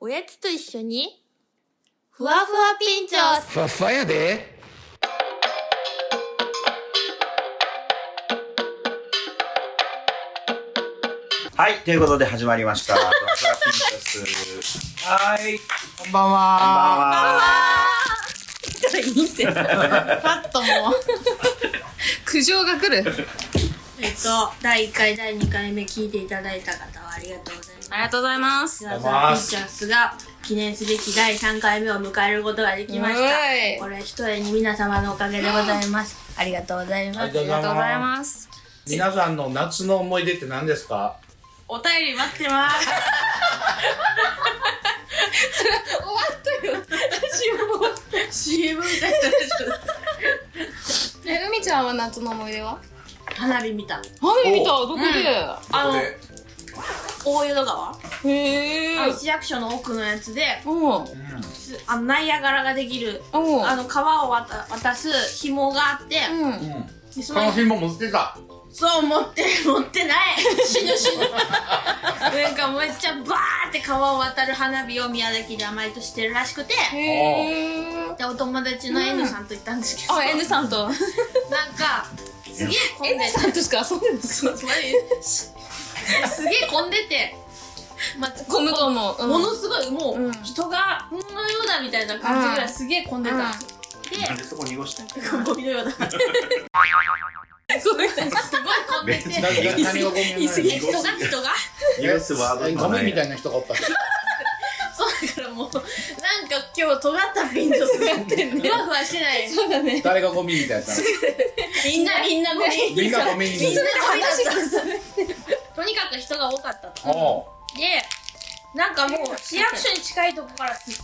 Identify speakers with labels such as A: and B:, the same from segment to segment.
A: おやつと一緒に、ふわふわピンチョス
B: ふわふわやで
C: はい、ということで始まりま した。ドクターピンチョス。
D: はい。こんばんは。
C: あ
E: いいって。
A: パッともう、
E: 苦情が来る。
A: えっと、第1回、第2回目聞いていただいた方はありがとうございます。
E: ありがとうございます。
A: ふわふわピンチョスが記念すべき第3回目を迎えることができまし
E: う
A: た
E: わい。
A: これは一重に皆様のおかげでございます。ありがとうござい
D: あ
A: ま
D: り
A: す。
D: が
E: ありがとうございます。
D: す。皆さんの夏の思い出って何ですか？
A: お便り待ってます。
E: 終わったよ。
A: CM 歌った
E: え、海ちゃんは夏の思い出は
A: 花火見た。
E: 花
D: 火見た
E: どこで
A: あの、
D: で
A: 大淀
E: へ
A: 川あの
E: ぇ
A: 市役所の奥のやつで、
E: うん。
A: すあのナイアガラができる、
E: うん
A: あの川を渡渡す紐があって、
E: うん。
A: でそ
D: こ
A: の
D: の日も持ってた。
A: そう持って持ってない死ぬ死ぬなんかめっちゃバーって川を渡る花火を宮崎で毎年してるらしくて
E: へぇ
A: でお友達の N さんと行ったんですけど、
E: あ、エンさんと。
A: なんかすげえ混
E: エ
A: ん
E: ン
A: で
E: さんとしか遊んでるんですか
A: マジすげえ混んでて、まあ
E: コムコも。
A: ものすごいも
E: うん
A: う人がこのようだみたいな感じぐらいすげえ混んでた、
E: うん
C: ーなんでそこ濁してんの
A: でゴミのようだ す
E: ごめんなさい。
C: めっちゃ
A: ごい混ん でて
D: 何が何がゴミなの
E: 言い過ぎ
A: 人が人が
C: 濁すワード
D: ゴミみた
C: い
D: いな人がおった。
A: そうだからもうなんか今日尖ったピンチョスやってんねふわふわしてない
E: そうだね。
D: 誰がゴミみたいな。
A: みんなみんなゴミ
D: みんなゴミに。
A: 話がとにかく人が多かったと
D: お
A: でなんかもう市役所に近いとこからすっ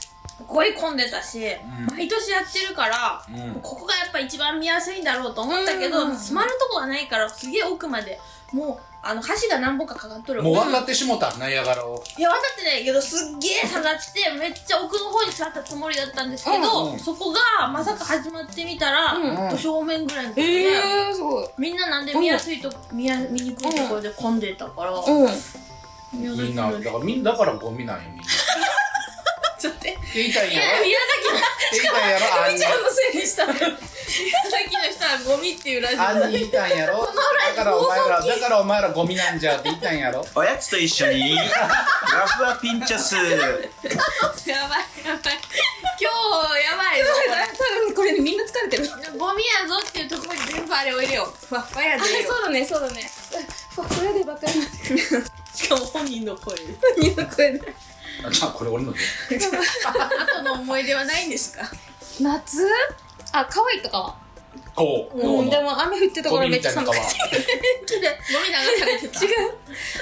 A: ごい混んでたし、毎年やってるから、
C: ん
A: ここがやっぱ一番見やすいんだろうと思ったけど、つまるとこがないからすげえ奥までもうあの橋が何本かかかっと
D: う
A: る
D: もう分かってしもたナイアガラを。
A: いや渡ってないけどすっげえ下がってめっちゃ奥の方に座ったつもりだったんですけど、
D: うん
A: そこがまさか始まってみたら、
D: ん
A: と正面ぐらいのとこで、
E: へぇすごい。
A: みんななんで見やすいと、見や見にくいところで混んでたから、
E: うん。
A: 宮
D: み
A: 崎
D: んな
A: の
D: だからみんなだからゴミなんよみんな。って
A: ちょっと待って
D: 言いたいんやろ。
A: 宮
D: って言いたいんやろ。あんに
A: 崎のせいにした宮崎の人はゴミっていうラジオ
D: あんに言いたんやろ。だからお前らだからお前らゴミなんじゃって言いたんやろ。
C: おやつと一緒 に、ふわふわピンチョス。
A: やばいやばい今日やばいぞ
E: 多分これみんな疲れてる。
A: これゴミやぞっていうところに全部あれを入れようふわっふわやで
E: あ、そうだね、そうだね。ふわふわでばっかり。
A: しかも本人の声です
E: 二の声で。
D: あじゃあこれ俺の。
A: あとの思い出はないんですか
E: 夏あ、可愛いとかは。
D: こう。
E: うん、でも雨降ってた
D: ゴ
E: 頃
D: ミ
E: めっ
D: み
E: ち
D: た
E: ゃ
D: いな
E: 寒か
D: の
E: っ
D: が
E: た。
A: ゴミ流されて た
E: 違う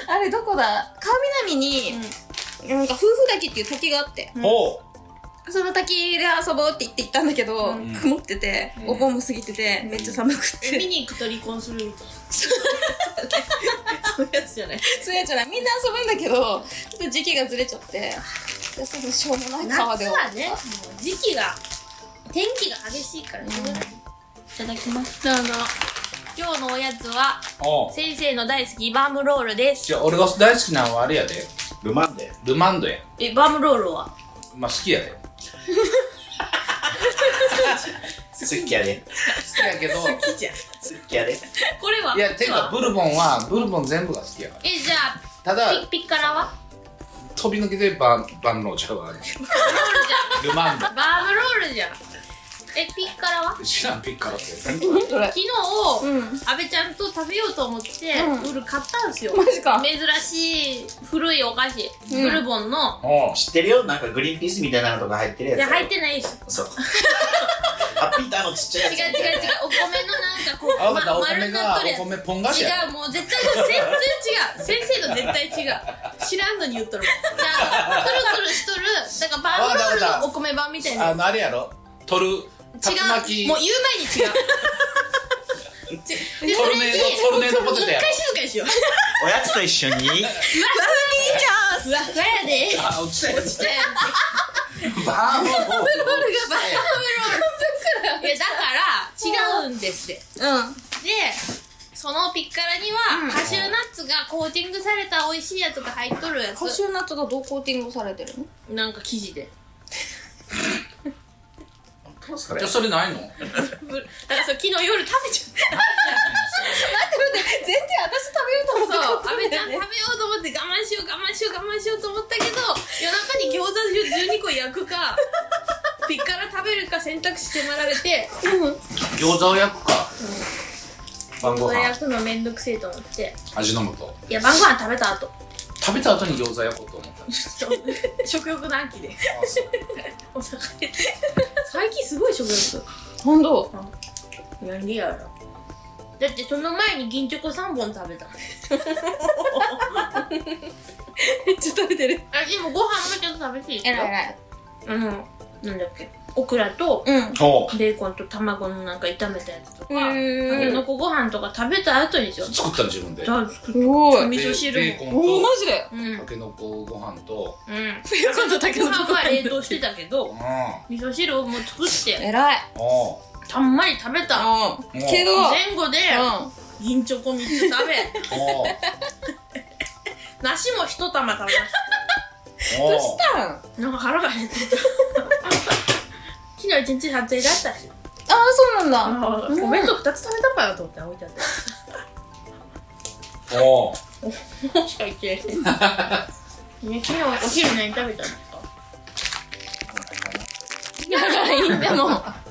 E: あれどこだ川南に、なんか夫婦滝っていう滝があって
D: ほ
E: その滝で遊ぼうって言って行ったんだけど、曇っててお盆も過ぎてて、めっちゃ寒くて、
A: 見に行くと離婚するみたいなそういうやつじゃない
E: そうやじゃないみんな遊ぶんだけどちょっと時期がずれちゃってでそのしょうもない
A: 夏
E: 川で
A: はねもう時期が天気が激しいからね、いただきますどうぞ今日のおやつは
D: う。おう。
A: 先生の大好きバームロールです
D: じゃあ俺が大好きなのはあれやで。
C: ルマンデ。
D: ルマンドや。
A: えバームロールは
D: まあ好きやで。
C: 好きやで。
D: 好きやけど
C: 好きやで。
A: これはい
D: やていうかブルボンはブルボン全部が好きやから
A: えじゃあ
D: ただ
A: ピッピッカラは
D: 飛び抜けてバンバンローちゃうわあれルマンド
A: バームロールじゃんえピッカラは
D: 知らんピ ッカロっ て
E: それ
A: 昨日、阿部ちゃんと食べようと思って、
E: う
A: ウール買ったんですよ
E: マジか
A: 珍しい古いお菓子、ブルボンの
D: おう
C: 知ってるよなんかグリーンピースみたいなのとか入ってるや
A: い
C: つ。
A: や入っ。てないです
C: そう。ハッピーターのちっちゃ
A: 違う
C: い
A: 違う
C: やつ。
A: 違う。お米のなんかこう、
D: あ分かったお
A: ま丸
D: 米
A: になっ
D: が
A: とるや
D: お
A: つ
D: 米ポン菓子や
A: 違うもう絶対全然違う先生の絶対違う知らんのに言っとるもんなんかくるくるしとるだからバームロールのお米版みたいな
D: あのあれやろ取る
A: 違
D: 竜巻
A: うもう言う前に違うちで
D: トルネードトルネードポテトや
A: 一回静かにしよう
C: おやつと一緒に、
A: ふわふわやで
D: あ落ちたやつ
A: で
D: バーンロー
A: いやだから違うんですって
E: うん
A: でそそのピッカラには、
E: うん
A: カシューナッツがコーティングされた美味しいやつが入っとるや
E: カシ
A: つ
E: ューナッツがどうコーティングされてるの
A: なんか生地で
C: それ
D: じゃあそれないの
A: ぶだからそれ昨日夜食べちゃった
E: 待って待って全然私食べようと思って
A: そう、
E: 買
A: 阿
E: っ
A: 部
E: て
A: ちゃん食べようと思って我慢しよう我慢しよう我慢しようと思ったけど夜中に餃子12個焼く かピッカラ食べるか選択肢迫られて
D: 餃子を焼くか晩ご
A: これ
D: 飯
A: 焼くのめんどくせえと思って
D: 味の素
A: いや晩ご飯食べた後
D: 食べた後に餃子焼こうと思った
A: ちょっと食欲の秋で お腹減って最近すごい食欲
E: 本当
A: 何やろだってその前に銀チョコ3本食べたあ
E: めっちゃ食べてる
A: でもご飯もちょっと食べていい
E: えらいえらい
A: あのなんだっけオクラと
E: うん
D: ほ
A: ベーコンと卵のなんか炒めたやつとか
E: へー
A: たけのこご飯とか食べた後にしよ
D: う作ったの自分で
E: す
D: す
E: ご
A: 味噌汁も
D: ベーコン
E: おおマ
D: と
E: ジで
A: うんうん
D: たけのこご飯と
E: 今度だけ
A: ご
E: の
A: 飯は冷凍してたけ
D: う
A: ど
D: ん
A: 味噌汁をもう作って
E: えらい
D: お
A: たんまり食べた
E: うんけど
A: 前後で
E: うん
A: 銀チョコ3つ 食べ
D: ーおー
A: 梨も1玉食べました
D: お
E: ど
D: ー
E: うしたんあ
A: なんか腹が減ってた。昨日一日撮影だったし。
E: あそうなんだ
A: あお弁当二つ食べたかなと思って置いてあっ
D: おー
A: た。しか言ってない。ね、昨日お昼何食べたんですか
E: 長いんでも
D: え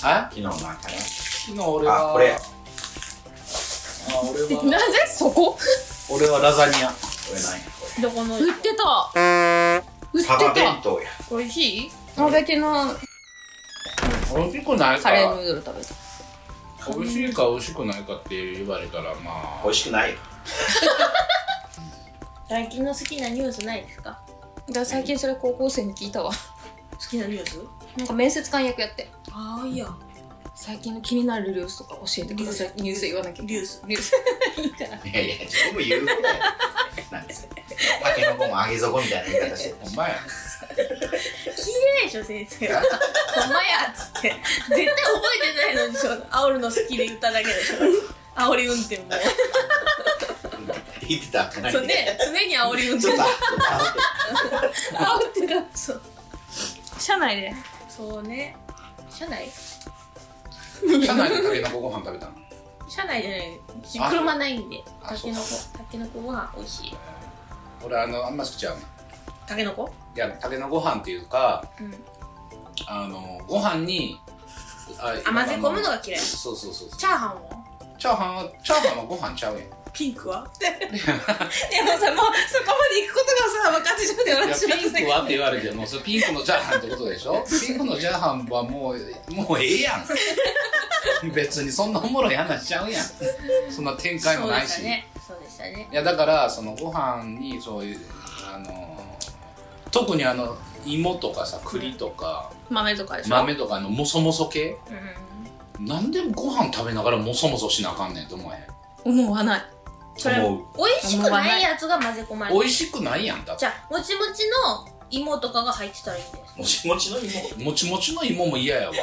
C: 昨日のあれ
D: 昨日俺は
C: あ、これ。
D: あ俺は
E: なぜそこ
D: 俺はラザニア
C: これ何やこ
A: どこの
E: 売ってた売っ
C: れ。
E: て
C: サバ弁
E: た
C: 当や。
A: 美味しい
E: あべきの
D: 美味しくない
E: カ
D: か
E: レーヌードル食べた
D: 美味しいか美味しくないかって言われたらま
C: 美味しくないよ。
A: 最近の好きなニュースないですか
E: だから最近それ高校生に聞いたわ
A: 好きなニュース
E: なんか面接官役やって
A: ああ、いや。
E: 最近の気になるニュースとか教えてくださいニュース言わなきゃ
A: ニュース。
E: ニュースいいから
C: いやいや、自分も言うことや。なんでそれタケノコも揚げ底みたいな言い方して
D: あ。ほんまや
A: 聞いてないでしょ、先生。ほんまやっつって。絶対覚えてないのにしょ。煽るの好きで言っただけでしょ。煽り運転も。
C: 言ってた。
A: そうね、常に 煽り運
C: ちょっ
A: 転
C: と。
E: あ売ってた
A: そう。
E: 社内で
A: そうね。社内
D: 社内でたけのこご飯食べたの
A: 車内じゃないち
D: あ
A: 車ないんで
D: あ
A: たけのこ
D: そ
A: たけのこご飯美味しい
D: 俺あのあんま好きちゃうのい
A: たけのこ
D: やたけのご飯っていうか
A: うん
D: あのご飯にあ
A: 混ぜ込むのが嫌い
D: そうそうそうそう
A: チャーハンは
D: チャーハンはチャーハンはご飯ちゃうやん
A: ピンクは
E: でもさもうそこまで行くことがさ分かってしまって
D: いや
E: 私は
D: ピンクはって言われてもうそれピンクのチャーハンってことでしょピンクのチャーハンはもうもうええやん別にそんなおもろい話ちゃうやんそんな展開
A: そ
D: も
A: うで
D: ない
A: し
D: した
A: ねそうでしたね
D: いやだからそのご飯にそういうあの特にあの芋とかさ栗とか
E: 豆とかでしょ
D: 豆とかのもそもそ系
A: うん
D: なんでご飯食べながらもそもそしなあかんねんと思え
E: 思わない
A: それ
C: 思う
A: 美味しくないやつが混ぜ込ま
D: へ
A: れ
D: ん
A: て
D: 美味しくないやんだって
A: じゃあもちもちの芋とかが入ってたらいいんです
C: もちもちの芋。
D: もちもちの芋も嫌やわ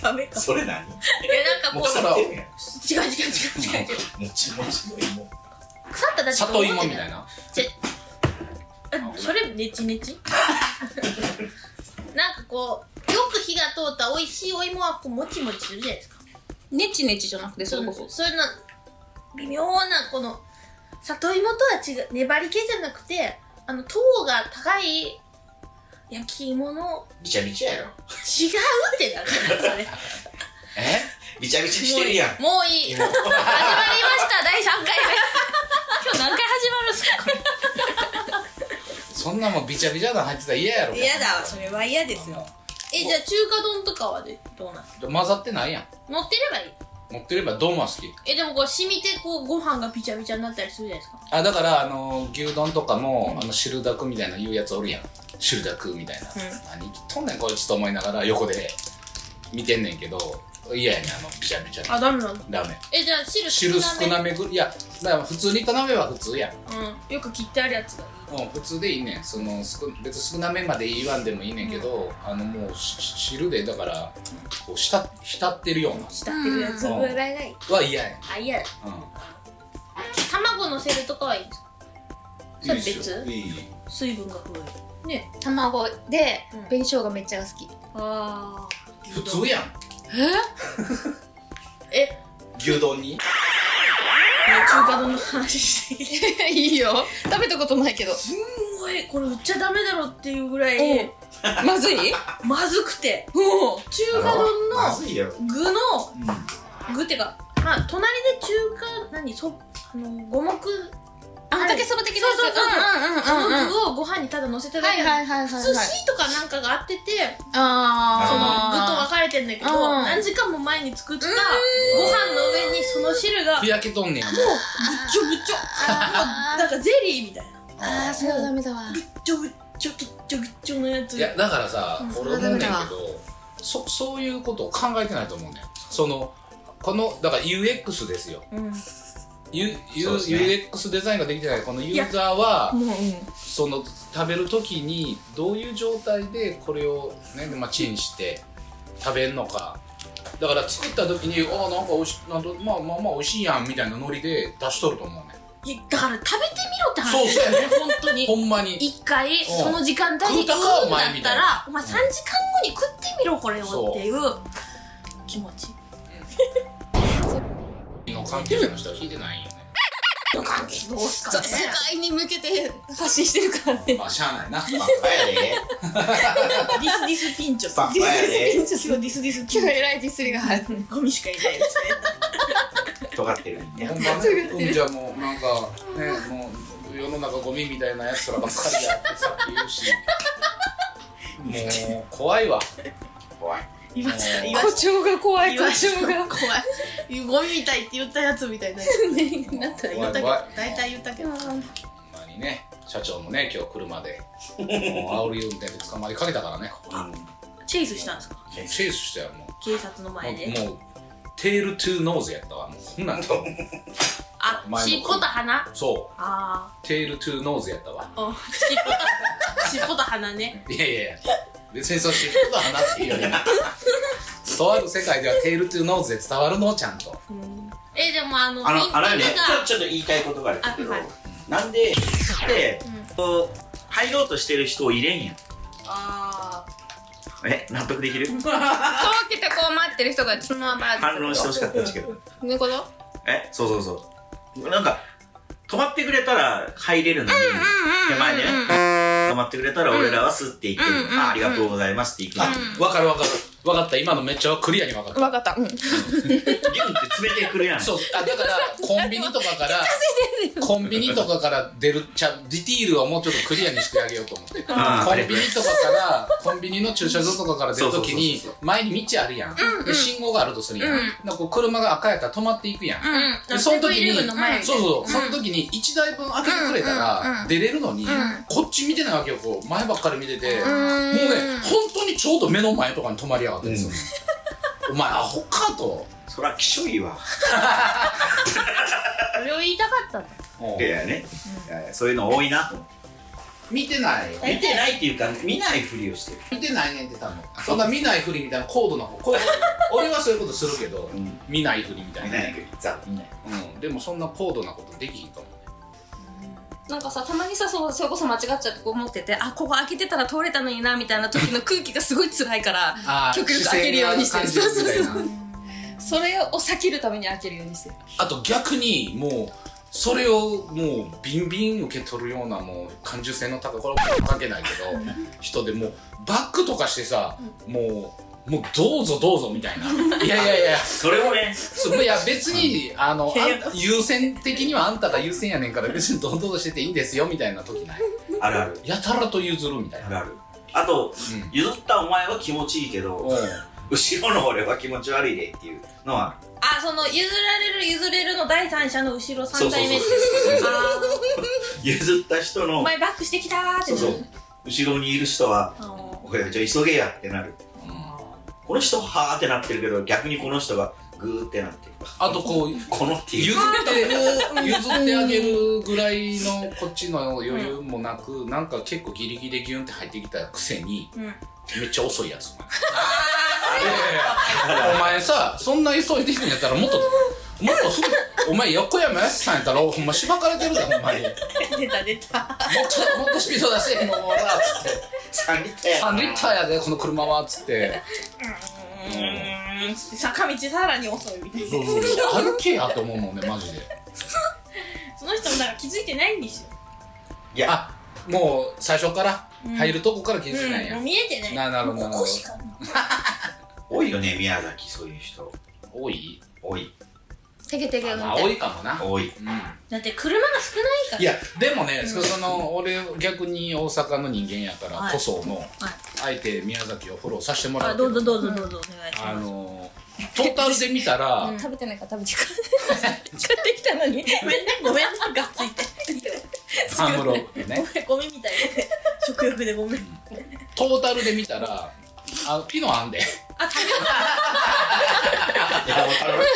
A: ダメか
C: それ何
A: いやなんか
D: も
A: こ
D: うだ
A: う
D: から
A: 違う違う違う違う違う
C: もちもちの芋。
A: 腐っただけ
D: 里芋みたいな
A: あそれネチネ チなんかこうよく火が通った美味しいお芋はこうもちもちするじゃないですか
E: ネチネチじゃなくてそ
A: そう
E: れ
A: なん
E: こ
A: で
E: そ
A: すそういうの微妙なこの里芋とは違う粘り気じゃなくてあの糖が高い焼き芋の
C: びちゃびちゃやろ。
A: 違うってなるからそれ
D: え
C: びちゃびちゃしてるやん。
A: もういい
C: 芋
A: 始まりました第3回目今日何回始まるんすか
D: そんなもんビチャビチャなの入ってたら 嫌やろ
A: れは嫌でえじゃあ中華丼とかはでどうなん
D: で混ざってないやん
A: 乗ってればいい
D: 持ってればどうも好き
A: えでもこう染みてこうご飯がびちゃびちゃになったりするじゃないですか
D: あだからあの牛丼とかもあの汁だくみたいな言うやつおるやん汁だくみたいな、何言っとんねんこいつと思いながら横で見てんねんけど嫌やねんあのビチャビチャ
A: あダメなんだ
D: ラーメン
A: えじゃあ汁
D: 汁少
A: め
D: なめぐいやだから普通に頼めば普通やん
A: うんよく切ってあるやつがいい
D: うん、普通でいいねんその少別に少なめまで言わんでもいいねんけど、あのもうし汁でだからこう浸浸ってるような
A: 浸ってるやつ
E: うん
A: ぐらいがいい
D: は嫌やん、
A: あ嫌だ
D: う
A: 卵乗せるとかはいいんですか
D: ん、
A: それ
D: いいっ
A: 別
D: しょいい
A: 水分が増えるね
E: 卵で
A: うん
E: 紅生姜めっちゃが好き
A: あ
D: 普通やん
A: ええ
D: 牛丼に
A: 中華丼の話してきて
E: え いいよ食べたことないけど
A: すんごいこれ売っちゃダメだろっていうぐらい
E: まずい
A: まずくて
E: おう
A: 中華丼
C: まず
A: の
C: いよ。
A: 具の
D: うん
A: 具っていうかまあ隣で中華何そあの五目
E: あんかけそば的なやつ
A: そうそ
E: うんうんうんう
A: の
E: ん
A: 具をご飯にただ乗せただ
E: は
A: け
E: い
A: で
E: はいはいはいはい
A: 寿司とかなんかがあっててその具と
E: あ
A: 分かれてんだけど
E: うん
A: 何時間も前に作ったご飯の上にその汁が
D: ふやけとんねんもう
A: ちょぶっちょ
E: あー
A: なんかゼリーみたいな
E: ーあーそれはダメだわ
A: ぐっちょぐっちょぐっちょぐっちょのやつ
D: いやだからさ、
E: うん
D: 俺思うねん
E: そ
D: けど
E: れはダ
D: そそういうことを考えてないと思うねんそのこのだから UX ですよ、
A: うん、
D: U
C: そうですね
D: UX デザインができてないこのユーザーは
E: もううん
D: その食べる時にどういう状態でこれを、ねまあ、チンして食べるのかだから作った時にああなんかおいしなんとまあまあまあおいしいやんみたいなノリで出しとると思うねん
A: いやだから食べてみろって話
D: そうそうやね
A: 本当に
D: ほんまに
A: 一回その時間帯に食うんだ
D: 食うたかお前み
A: ったた
D: い
A: ら
D: な
A: お前3時間後に食ってみろこれをっていう気持ち
D: の関係者の人は聞いてないよね
A: の関係どうすか
E: そう
A: ね
E: 世界に向けて発信してるからね
D: まあしゃあないな
C: バッパやで。
A: ディスディスピンチョス
C: バッパやで。
A: 今日ディスディスピンチ
E: 今日偉いディスりが入る
A: ョスゴミしかいないですね
C: 尖ってるんで
D: ほ。んまね、うんじゃもうなんかね、もう世の中ゴミみたいなやつらばっかりやってさって言うし、もう怖いわ。
C: 怖い。
A: 言いました言いま
E: 誇
A: し
E: 張が怖
A: た
E: い誇張が
A: 怖いゴミみたいって言ったやつみたいな
E: ねなった
A: 言ったけど
D: 怖い怖い
A: 大体言ったけど
D: ほんまにね、社長もね、今日車で、もう煽り運転で捕まりかけたからね。
A: チェイスしたんですか
D: チェイスしたよ、も
A: 警察の前で
D: う。もう、もうテールトゥーノーズやったわ、もう。こんなんと。
A: あ
D: 前の
A: 尻尾と鼻
D: そう、
A: あ
D: テールトゥーノーズやったわ。
A: ーお尻尾と鼻尻尾と鼻ね
D: いやいやいや、別にそういうことは話していいよね。とある世界ではテールトゥーノーズで伝わるのちゃんと。
A: うんえでもあの
C: あ
A: みん
C: の、あ
A: なが
C: らね、ちょちょっと言いたいことがあるんだけど
A: あはい、
C: なんで、って、こう、入ろうとしてる人を入れんやん。
A: あ
C: え、納得できる
E: 乾けてこう待ってる人がそのまま
C: 反論してほしかったんですけど。
E: どういうこと
C: え、そうそうそう。なんか、止まってくれたら入れるのに、手前ね。止まってくれたら俺らはスって行って
E: うんうんう、ん
C: あ、ありがとうございますって行くの。
D: あ、わかるわかる。わかった、今のめっちゃクリアにわかった。
E: わかったうん
C: ギュンって詰めてくるやん。
D: そう、あ、だから、コンビニとかから、コンビニとかから出るちゃん、ディティールはもうちょっとクリアにしてあげようと思って。コ
C: あー
D: ンビニとかから、コンビニの駐車場とかから出るときに
C: そうそうそう、
D: 前に道あるやん。で、信号があるとするやん。
E: うん
D: なんかこう車が赤やったら止まっていくやん。
E: うん
A: あ
D: で、そ
A: セ
D: の時
A: ブンイレブン
D: に
A: の前、で
D: そうそう、その時に1台分開けてくれた
E: うんうんう
D: ら
E: ん、
D: 出れるのに、こっち見てないわけよ、こう、前ばっかり見てて、もうね、本当にちょうど目の前とかに止まりやがってるんですよ。お前、アホかと。
C: そら、きしょいわ。
A: あそれを言いたかったんだ
C: いやいやね、いやそういうの多いなと思って
D: 見てないよ。
C: 見てないっていうか見ないふりをしてる、
D: 見てないねんって多分そんな見ないふりみたいな高度な方これ 俺はそういうことするけど、
C: うん
D: 見ないふりみたい
C: 見
D: な、
C: ないふりザ見ない
D: うん、でもそんな高度なことできひんと思う
E: なんかさたまにさそうそれこそ間違っちゃってこう思っててあここ開けてたら通れたのになみたいな時の空気がすごい辛いから
D: あー
E: 極力開けるようにしてる
D: 視線が感じるみたいな
E: それを避けるために開けるようにしてる
D: あと逆にもうそれをもうビンビン受け取るようなもう感受性の高いこれは関係ないけど 人でもうバックとかしてさもうもうどうぞどうぞみた いないやいやいや
C: それもね
D: そういや別にあの
A: いやいや
D: あん優先的にはあんたが優先やねんから別にどんどんしてていいんですよみたいな時ない
C: あるある
D: やたらと譲るみたい
C: あ
D: な
C: るあるあと、
D: うん
C: 譲ったお前は気持ちいいけ
D: お
C: ど
D: う
C: 後ろの俺は気持ち悪いでっていうのは
A: あその譲られる譲れるの第三者の後ろ
C: そう
A: 三
C: そう
A: 代
C: そ
A: 目
C: う
A: あ
C: 譲った人
A: ーお
C: の
A: 前バックしてきたーって
C: そう
A: なる
C: そう後ろにいる人は
A: あの
C: 「おいじゃあ急げや」ってなるこの人はーってなってるけど逆にこの人がグーってなって
D: あとこう
C: このってい
D: 譲
C: う
D: って譲ってあげるぐらいのこっちの余裕もなくなんか結構ギリギリギュンって入ってきたくせに
A: うん
D: めっちゃ遅いやついやいやお前さそんな急いでるんやったらもっともっとふお前横山やすさんやったらほんましばかれてるでほんまにもっ
A: 出た出た
D: ともっとスピード出せもうほらつって
C: 3リッターや
D: 3リッターやでこの車はつって
A: うーん坂道さらに遅いみたいな
D: そうそうそう歩けやと思うもんねマジで
A: その人もなんか気づいてないんですよ、
C: いや
D: あもう最初から
A: うん
D: 入るとこから気づいてない
A: うん、
D: んや
A: もう見えてない
D: ななるほど
A: もうここしかない
C: 多いよね宮崎そういう人
D: 多い
C: 多い
E: テケテケ運
D: まあ
E: 転
D: 多いかもな
C: 多い
D: うん
A: だって車が少ないから
D: いやでもねそその俺逆に大阪の人間やからこそのあえて宮崎をフォローさせてもらうけ
A: どうぞどうぞどうぞお願いし
D: あ
A: ます
D: のートータルで見たら、
A: うん
E: 食べてないから食べてから買ってきたのに
A: ごめんねごめんなんかついて
D: パンムロね
A: ごめんゴミみたいで食欲でごめん
D: トータルで見たらあピノあんで
A: あ食
C: いやわか る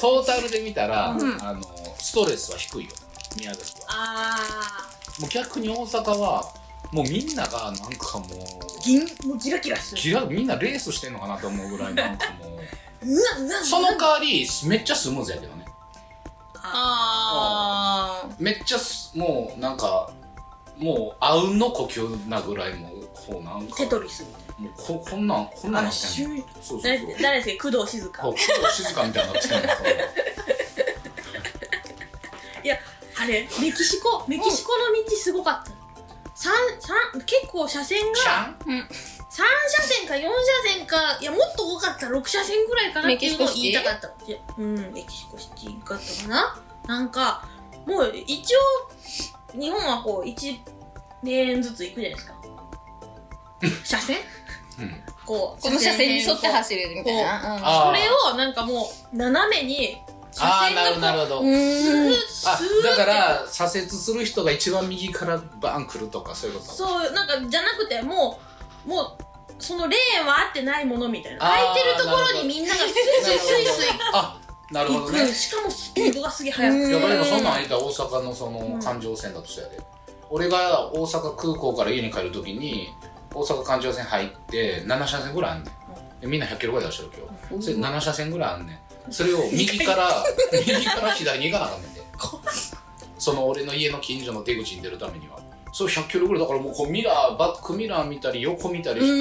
D: トータルで見たら、
E: ん
D: あのストレスは低いよ宮崎は
A: あ
D: もう逆に大阪はもうみんながなんかもう
A: 銀もうギラギラする
D: ギラみんなレースしてんのかなと思うぐらいなんかも う
A: うわうわうわ
D: その代わりめっちゃスムーズやけどね
E: あー
D: めっちゃすもうなんかもうあうんの呼吸なぐらいもうこうなんか
A: テトリスみ
D: もうここんなんこん
A: た
D: な
A: なあ
D: いんなってんの
A: シュー
D: そうそう
A: 誰
D: そう
A: 誰ですか工藤静香
D: こう工藤静かみたいになってきたの か
A: いやあれメキシコメキシコの道すごかった三三結構車線
D: ち
A: が
D: ゃん
A: 三車線か四車線かいやもっと多かったら6車線ぐらいかなってい
E: メキシ
A: うのを
E: コシ
A: 言
E: テ
A: いた
E: ィ
A: かったいやうんメキシコシティかったかななんかもう一応日本はこう1レーンずつ行くじゃないですか車線
D: うん
A: こう
E: この車線に沿って
A: る
E: 走れるみたいなうん
D: あ
A: そ
D: ー
A: れをなんかもう斜めに車
D: あー
A: 線
D: なるほどな
A: がこ
D: るほど、
E: う
A: うスー
E: ーん
D: あ
A: スー
D: だから左折する人が一番右からバーン来るとかそういうこと
A: そうなんかじゃなくてもうもうそのレーンは合ってないものみたいな
D: あー
A: 空いてるところにみんながスイスイスイスイ
D: あなる
A: 行
D: ほ
A: く、
D: どね
A: しかもスピードがすげえ速
E: う
A: く
D: い
A: て
D: や
E: ん
D: だけどそんなん言ったら大阪のそ
A: うん
D: の環状線だとしたやで、俺が大阪空港から家に帰るときに大阪環状線入って7車線ぐらいあんねんでみんな100キロぐらい出してる今日それ7車線ぐらいあんねんそれを右から右から左に行かなあかんねんでその俺の家の近所の出口に出るためにはそう100キロぐらいだからもうこうミラーバックミラー見たり横見たりして
E: う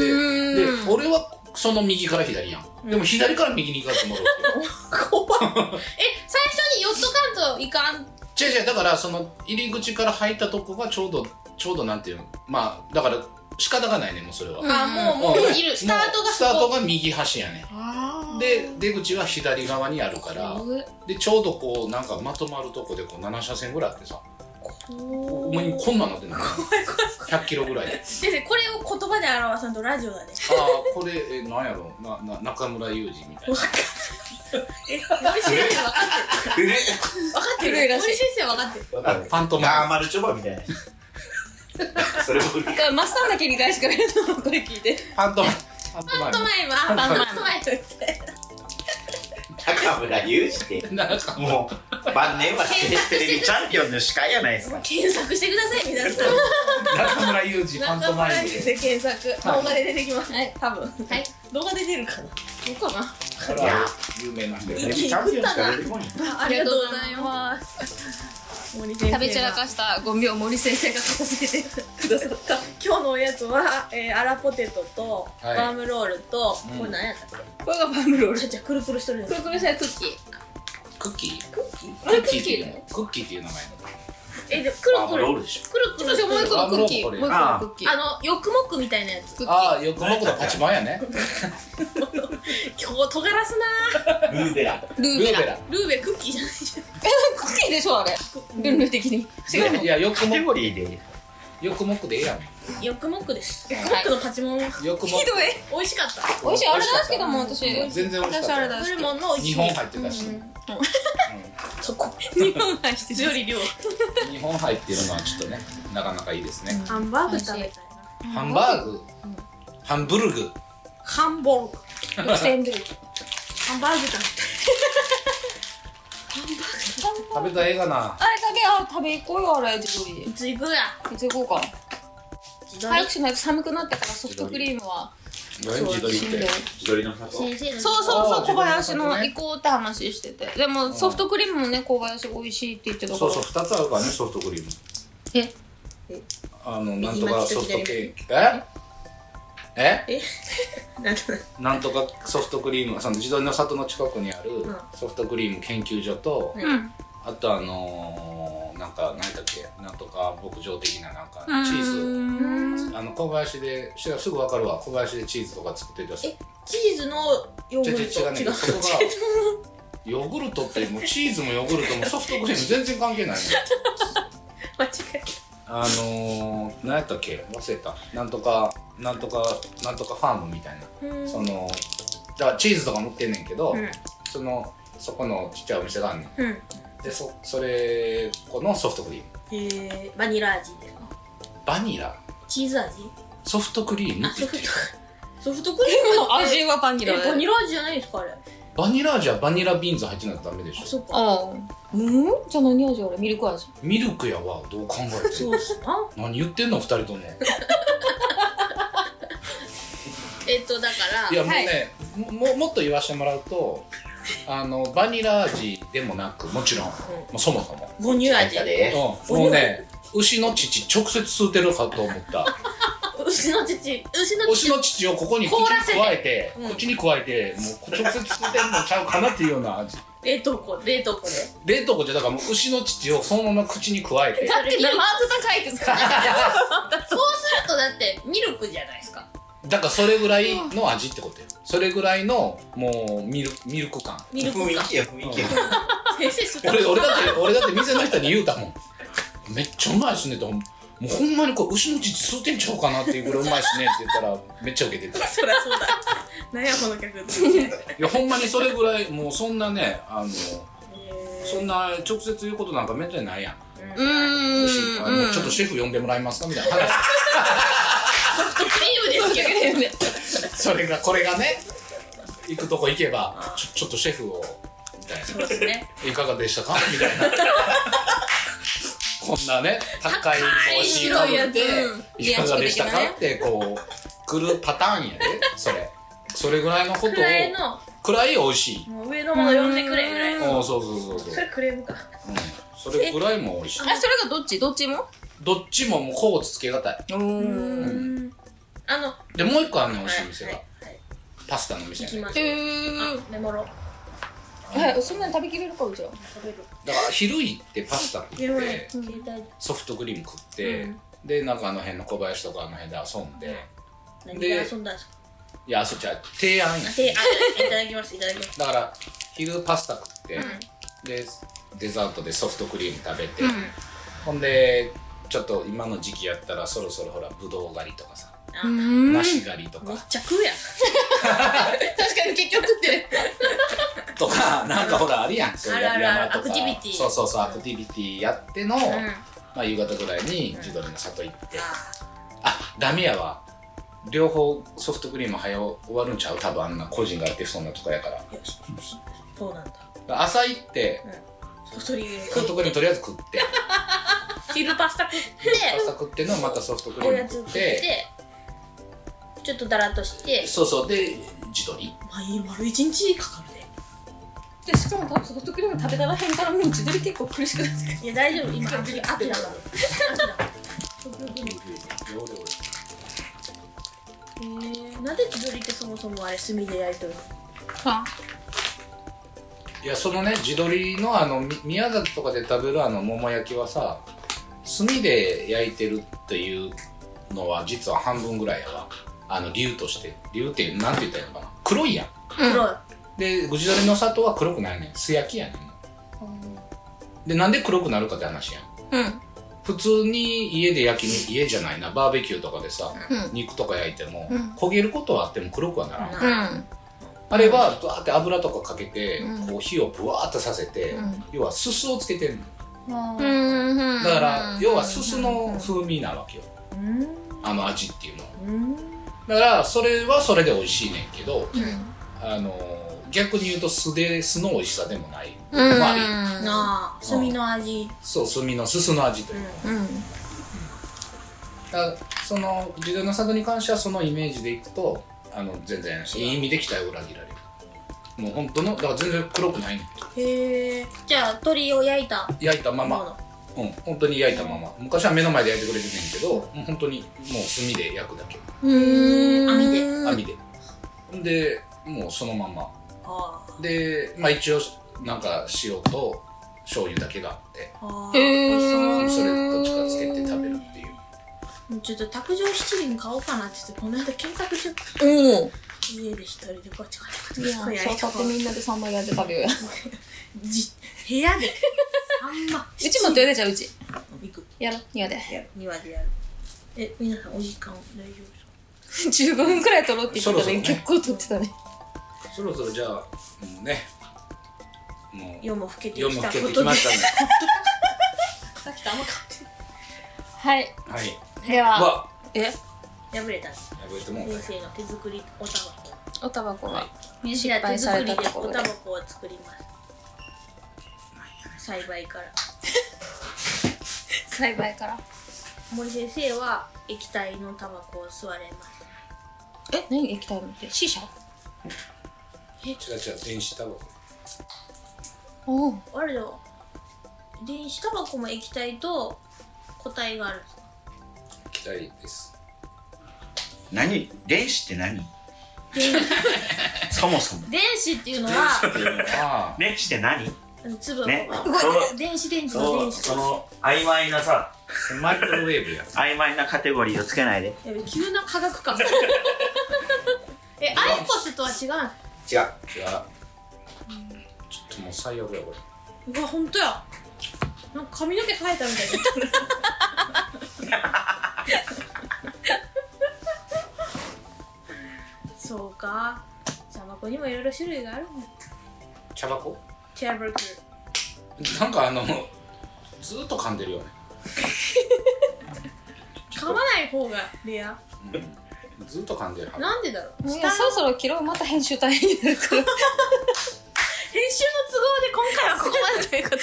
D: で
E: ーん
D: 俺はその右から左やんでも左から右に行かせてもらうって
A: え
D: いう
A: 最初に寄っとかんといかん
D: 違う違うだからその入り口から入ったとこがちょうどちょうどなんていうのまあだから仕方がないねもうそれは、
E: うん
A: あもうもういるスタート
D: もう
A: が
D: ス
A: そ
D: タート
A: こ
D: が右端やね
A: あー
D: で出口は左側にあるからでちょうどこうなんかまとまるとこでこう7車線ぐらいあってさ
A: お
D: も
A: ー
D: うこんなんなってんの100キロぐらいで
A: 先生これを言葉で表さんとラジオだね
D: ああこれえなんやろなな中村雄二みたいな
A: え森先生分か分かってる
E: 古いらしい
A: 森先生分かってる
C: わか
D: あ
C: る
D: パント
C: ガー
D: マイム
C: マルチョバみたいなそれも売り
E: だからマスターだけ理解してくれるのこれ聞いて
D: パントマイムパントマ
A: パン
D: イ
A: トマイムあパントマイム
C: 中村雄二って
D: ムなんか
C: もう晩年はテレビチャンピオンの司会やないですか
A: 検索してください皆さん
D: 中村雄二パントマ
A: 中村
D: イムで
A: 先生検索動画で出てきます
E: はい
A: 多分
E: はい
A: 動画で出るかな
E: どうかな
D: これは有名なんで
C: テレビチャンピオンしか出てこない
A: あ
E: りがとうござい
A: ます森先生
E: 食べ散
A: が
E: らかしたゴミを森先生が片付けてくださった
A: 今日のおやつは、えー、アラポテトと
D: はい
A: バームロールと、
D: うん
A: これ何やったっけ
E: これがバームロール
A: ちゃちゃくるくるしとるや
E: こ
A: つ
E: れこれさクッキー
D: クッキー
E: あれ
D: クッキーっていう
E: ク
D: のクッキーっていう名前
A: えでくる
C: あ
A: く
C: もう
A: る
C: ロールでしょ
A: くるくる
E: じゃあもう一個のクッキーも
D: バー
E: う一個の
D: ムロール
E: クッキー
A: あのよくもくみたいなやつ
E: クッキー
D: ああよく僕のパチマンやね
A: 今日尖らすな
C: ルーベラ
E: ル
D: ル
E: ー
D: ー
E: ベ
D: ベ
E: ラ
D: ラ
A: ールーベクッキーじゃないじ
E: えクッキーでしょあれルール的に違うの
D: いやよく
C: カ
D: も
C: テゴリーで
D: よくもくでええやん
A: ゃんよくもくですよくもくのパチモン
D: よくも
E: ひどい
A: 美味しかった
E: 美味しいあれ大好きだもん私
D: 全然美味しかった
E: 私あれ大
A: ホ
E: 好
A: ルモンの美味し
D: 日
A: い
D: 本入ってたし、うん
A: そこ
E: き日本愛して
A: 質より量
D: 日本入ってるのはちょっとねなかなかいいですね、
A: ハンバー
E: ー
A: グ
E: グ
A: 食
E: 食
A: べ
E: べ
A: た
E: た
A: い
E: い
A: な
D: ハンバーグ、ハンブルグ
A: ハンボーグ
E: 6000円で
A: ハンバーグ食べたい。
D: 食べた映画な
E: あれ食べあ食べ行こうよあれ自撮りで
A: いつ行くや。
E: いつ行こうか
A: 自撮り
E: 早くしないと寒くなったからソフトクリームは
D: 何自撮りって
C: 自撮りの里
A: 先生の。
E: そうそうそう
D: あー
E: 小林の
D: 自撮りの方ね
E: 行こうって話しててでもソフトクリームもね小林美味しいって言ってたか
D: そう
E: ら
D: そう2つあるからねソフトクリーム
E: え
D: あのなんとかソフトケーキええ
A: なんだろう
D: なんとかソフトクリームその自撮りの里の近くにある
A: ん
D: ソフトクリーム研究所と、
A: うん
E: うん
D: あとあのー、なんか何だっけなんとか牧場的ななんかチーズ
E: ー
D: あの小林でしすぐ分かるわ小林でチーズとか作ってるやつ
A: えチーズのヨーグ
D: 違う
A: ルト。
D: 違う違うねんけどそこがヨーグルトってもうチーズもヨーグルトもソフトクリーム全然関係ないの
A: 間違え
D: あのー、何やったっけ忘れたなんとかなんとかなんとかファームみたいな
A: た。うん
D: そのだからチーズとか乗ってんねんけど、
A: うん
D: そのそこのちっちゃいお店があんねん
A: うん。
D: でそそれこのソフトクリーム
A: えー、バニラ味ですか
D: バニラ
A: チーズ味
D: ソフトクリーム
A: あ、
D: って言
A: ソ
D: って
A: フ
D: る
A: ト。ソフトクリーム
E: で
A: の
E: も味はバニラ
A: え、バニラ味じゃないですかあれ。あ、
D: バニラ味はバニラビーンズ入ってないとダメでしょ
A: そっか。
E: ああうんじゃあ何味あれミルク味
D: ミルクやわどう考えて
A: そ
D: も
A: うっすな。
D: 何言ってんの二人とも
A: えっと、だから、
D: いやもう
E: はい
D: ね、もももっと言わせてもらうとあのバニラ味でもなくもちろん、もうそもそも、
A: 母乳味。
D: うん、もうね牛の乳直接吸うてるかと 思った
A: 牛の乳、牛の
D: 牛
A: 乳。
D: の乳をここに口
A: 凍
D: に
A: らせて
D: 加えて
A: うん
D: 口に加えてもう直接吸うてるのちゃうかなっていうような味
A: 冷凍庫、冷凍庫で。
D: 冷凍庫じゃだからもう牛の乳をそのまま口に加えて
E: だって生温かいですから
A: そうするとだって、ミルクじゃないですか。
D: だからそれぐらいの味ってことよそれぐらいのもうミルミルク感
A: ミルク
C: 雰囲
A: か。
C: 気や雰囲気や
A: 先生、すごい
D: 俺俺だって俺だって店の人に言うたもんめっちゃうまいっすねともうほんまにこれ牛の乳吸うてんちゃうかなっていうぐらいうまいっすねって言ったらめっちゃウケてたい
A: そりゃそうだ。何やこの曲。
D: やほんまにそれぐらいもうそんなねあのそんな直接言うことなんかめったにないやん
E: うーん
D: 牛あのちょっとシェフ呼んでもらえますかみたいな話
A: ソフトクリームですけど。
D: それがこれがね行くとこ行けばちょちょっとシェフをみたい
A: そうですね。
D: ないかがでしたかみたいな こんなね高い帽子かぶって
E: うん
D: いかがでしたか
E: リアクション的なね
D: ってこう来るパターンやでそれそれぐらいのことを
A: くらいの、
D: 暗い美味しい、
A: もう上のもの読んでくれぐらいの。
D: うん、そうそうそうそう
A: そ、れクレームか。
D: うん、それぐらいも美味しい
E: あそれがどっちどっちも
D: どっちももう甲つけがたい
E: うん
A: うん。あの、
D: でもう一個あんねん美味しい店が、
A: はいはいはい
D: パスタの
A: 聞
D: 店や
A: き
D: ね
A: ましょう。
E: え
A: メモろう。
E: はい、そんなに食べきれるかうちら
A: 食べる。
D: だから昼行ってパスタ食っ
A: やばい。
D: て
A: 携帯で
D: ソフトクリーム食って、でなんかあの辺の小林とかあの辺で遊んで、
A: 何で遊んだんですか
D: いやそっちは提案や
A: あ、せ、あ、いただきます、いただきます。
D: だから昼パスタ食って、でデザートでソフトクリーム食べて、ほんでちょっと今の時期やったらそろそろほらぶどう狩りとかさ、
A: あ、めっ
D: 梨狩りとか、
A: ちゃ食うやん。
E: 確かに結局って
D: とかなんかほらあるやんそういう
A: あるある
D: 山とか
A: アクティビティ
D: そうそうそうアクティビティやっての、
A: うん。あ
D: まあ、夕方ぐらいに自撮りの里行って、あダメやわ両方ソフトクリーム早う終わるんちゃう多分あんな個人がやってそんなとこやから
A: ーいや、そそそうなんだ。
D: 朝行って
A: ソフトクリーム
D: ソフトクリームとりあえず食って
A: 昼パスタ食って、
D: パスタ食ってのまたソフトクリ
A: お
D: ー
A: や
D: ム
A: つ
D: 食
A: 食
D: っ
A: ってて、ちょっとだらっとして、
D: そうそうで自撮り
A: まあいい、丸一日かかるね。
E: でしかも多分ソフトクリーム食べたらへんからもう自撮り結構苦しくなって
A: いや、大丈夫、今、秋だから。秋だから。えー、なんで自撮りってそもそもあれ炭で焼いてるの
E: あ
D: いやそのね地鶏のあのみ宮崎とかで食べるあの桃焼きはさ炭で焼いてるっていうのは実は半分ぐらいやわあの理由として理由ってなんて言ったらいいのかな黒いやん
A: 黒い
D: で地鶏の砂糖は黒くないねん素焼きやねんでなんで黒くなるかって話やん
E: うん
D: 普通に家で焼き肉家じゃないなバーベキューとかでさ、
E: うん
D: 肉とか焼いても、
E: うん
D: 焦げることはあっても黒くはなら
A: な
D: ん、
E: うん
D: あれはバーって油とかかけて、
E: うん
D: こう火をブワーっとさせて、
E: うん
D: 要はすすをつけてるの
E: うん
D: だから、要はすすの風味なわけよ
A: うん
D: あの味っていうのは
A: うん
D: だからそれはそれで美味しいねんけど、
E: うん
D: あのー逆に言うと素で素の美味しさでもない、
E: うん
D: まあいい
A: なあ炭の味
D: そう炭のすすの味というう、
A: ん
E: うん
D: だからその自動の作に関してはそのイメージでいくとあの全然いい意味で期待を裏切られるもう本当のだから全然黒くないの
A: へえじゃあ鶏を焼いた
D: 焼いたま
A: もの、
D: ま、うん、本当に焼いたまま昔は目の前で焼いてくれててんやけどもう本当にもう炭で焼くだけ
A: ん網で
D: 網で、でもうそのまんま
A: ああ
D: でまあ一応なんか塩と醤油だけがあって
A: ああ
E: へー
A: そ
D: それどっちかつけて食べるっていう
A: うちょっと卓上七輪買おうかなって言ってこの間検索しちゃった
E: おお
A: 家で一人でこっちこっちこっ
E: い
A: ち
E: や
A: こっち
E: そうやってみんなで三枚焼いて食べ ようや
A: じ部屋で あんま
E: うちもってやるじゃんうち
A: 行く
E: やろ庭で
A: やる庭でやるえ皆さんお時間大丈夫ですか
E: 15分くらい取ろうって言ってたね
D: そろ
E: 結構取ってたね
D: そろそろじゃあもうねもう
A: 夜も更けて
D: 夜
A: き
D: も
A: た
D: 更け
A: こ
D: てき
A: とで
D: ましたね
E: さっきと甘かったはい
D: はい
E: では
D: わ
E: え
A: 破れた
D: やべえともう
A: 先生の手作りおたばこ
E: おたばこが
A: 手
E: 失敗さ
A: 作
E: れ
A: りで
E: たとこ
A: お
E: ろで
A: たばこを作ります栽培から
E: 栽培から
A: 森先生は液体のタバコを吸われます
E: え何液体のって C 社
D: 違う違う電子タバコ
E: おお
A: あれだよ電子タバコも液体と固体がある
D: 期待です
C: 何電子って何
A: 電
C: そもそも
A: 電子って いうのは
D: あ
C: 電子って何
A: うん粒
C: ね
A: が
C: その
A: 電子電池
C: そ
A: の電
C: の
A: 子
C: その曖昧なさ
D: あマイクロウェーブや
C: 曖昧なカテゴリーをつけないで
A: やべ急な科学感えアイコスとは違う
C: 違う
D: いやちょっともう最悪やこれ
A: うわ本当やなんか髪の毛生えたみたいにそうかタバコにもいろいろ種類があるもん
D: 茶箱
A: チャーブルク
D: なんかあのずーっと噛んでるよね
A: 噛まない方がレア
D: ずっと噛んでる
A: なんでだろう
E: いやそろそろ切ろうまた編集大変になるから
A: 編集の都合で今回はここまで
E: ということで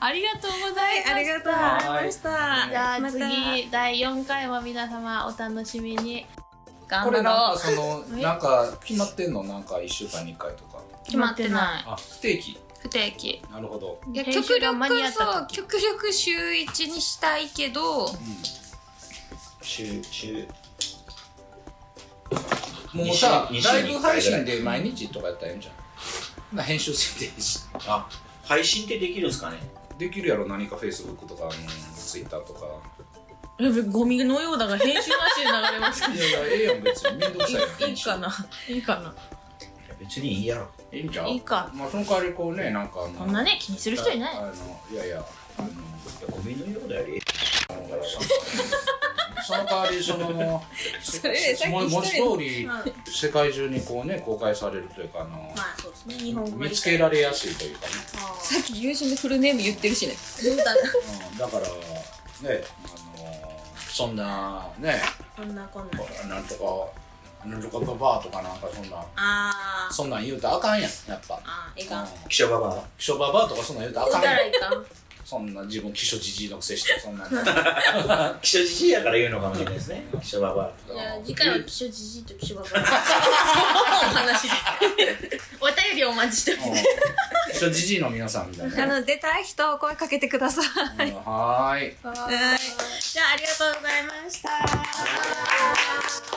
A: ありがとうございました。
E: ありがとうございました
A: じゃあ
E: また
A: 次、第4回も皆様お楽しみに。
E: 頑
D: こ
E: 張
D: れな
E: ろ
D: んかその
A: え
D: なんか決まってんのなんか1週間に1回とか
E: う決まってない
D: あ不定期
E: 不定期
D: なるほど、
E: いや
A: 編
E: 極
A: 集が
E: 力
A: 間に合った
E: そう
A: 時
E: 極力週一にしたいけど
D: うん
C: 週週
D: もうさ
C: 二週
D: ライブ配信で毎日とかやったらええんじゃんな編集せんでいいし
C: あ配信ってできるんですかね
D: できるやろ何かフェイスブックとか、うん、ツイッターとか
A: ゴミのようだが編集なしで流れます。
D: いやいやええやん別に面倒く さいやん編集。
A: いいか
C: 別にいいやろ
D: いいんちゃう
A: いいか
D: まあその代わりこうねなんかあの
A: こんなね、気にする人いない。
D: あのいやいやあの
C: いやゴミのようだより
D: その代わりその
E: それさっき
D: も文
E: 一
D: 字
E: 人
D: 通 り
A: まあ、
D: 世界中にこうね公開されるというかあの、
A: そうですね、日本語
D: 見つけられやすいというかね、
E: さっき友人でフルネーム言ってるしね
D: うん、だからねあのそんなね
A: こんなこんな。
D: なんとかなんとかババアとかなんかそんな
A: あー、
D: そんなん言うたらあかんやんやっぱ
A: あー、えがん。
D: うん
C: 記者ババ
D: 気象ババアとかそんなん言うたらあ
A: 打
D: かん
A: た
D: やん
A: らいかん。
D: そんな自分気象じじいのくせしてそ んなん
C: ア記者じじいやから言うのかもしれないですね記者ババ
A: じゃあ次回 は気象じじいと気象ばば あ。お話で。 お便りお待ちしてます。
D: うん気象じじいの皆さんみたいな、
E: あの出たい人声かけてください
D: うんはーい
A: じゃあありがとうございました。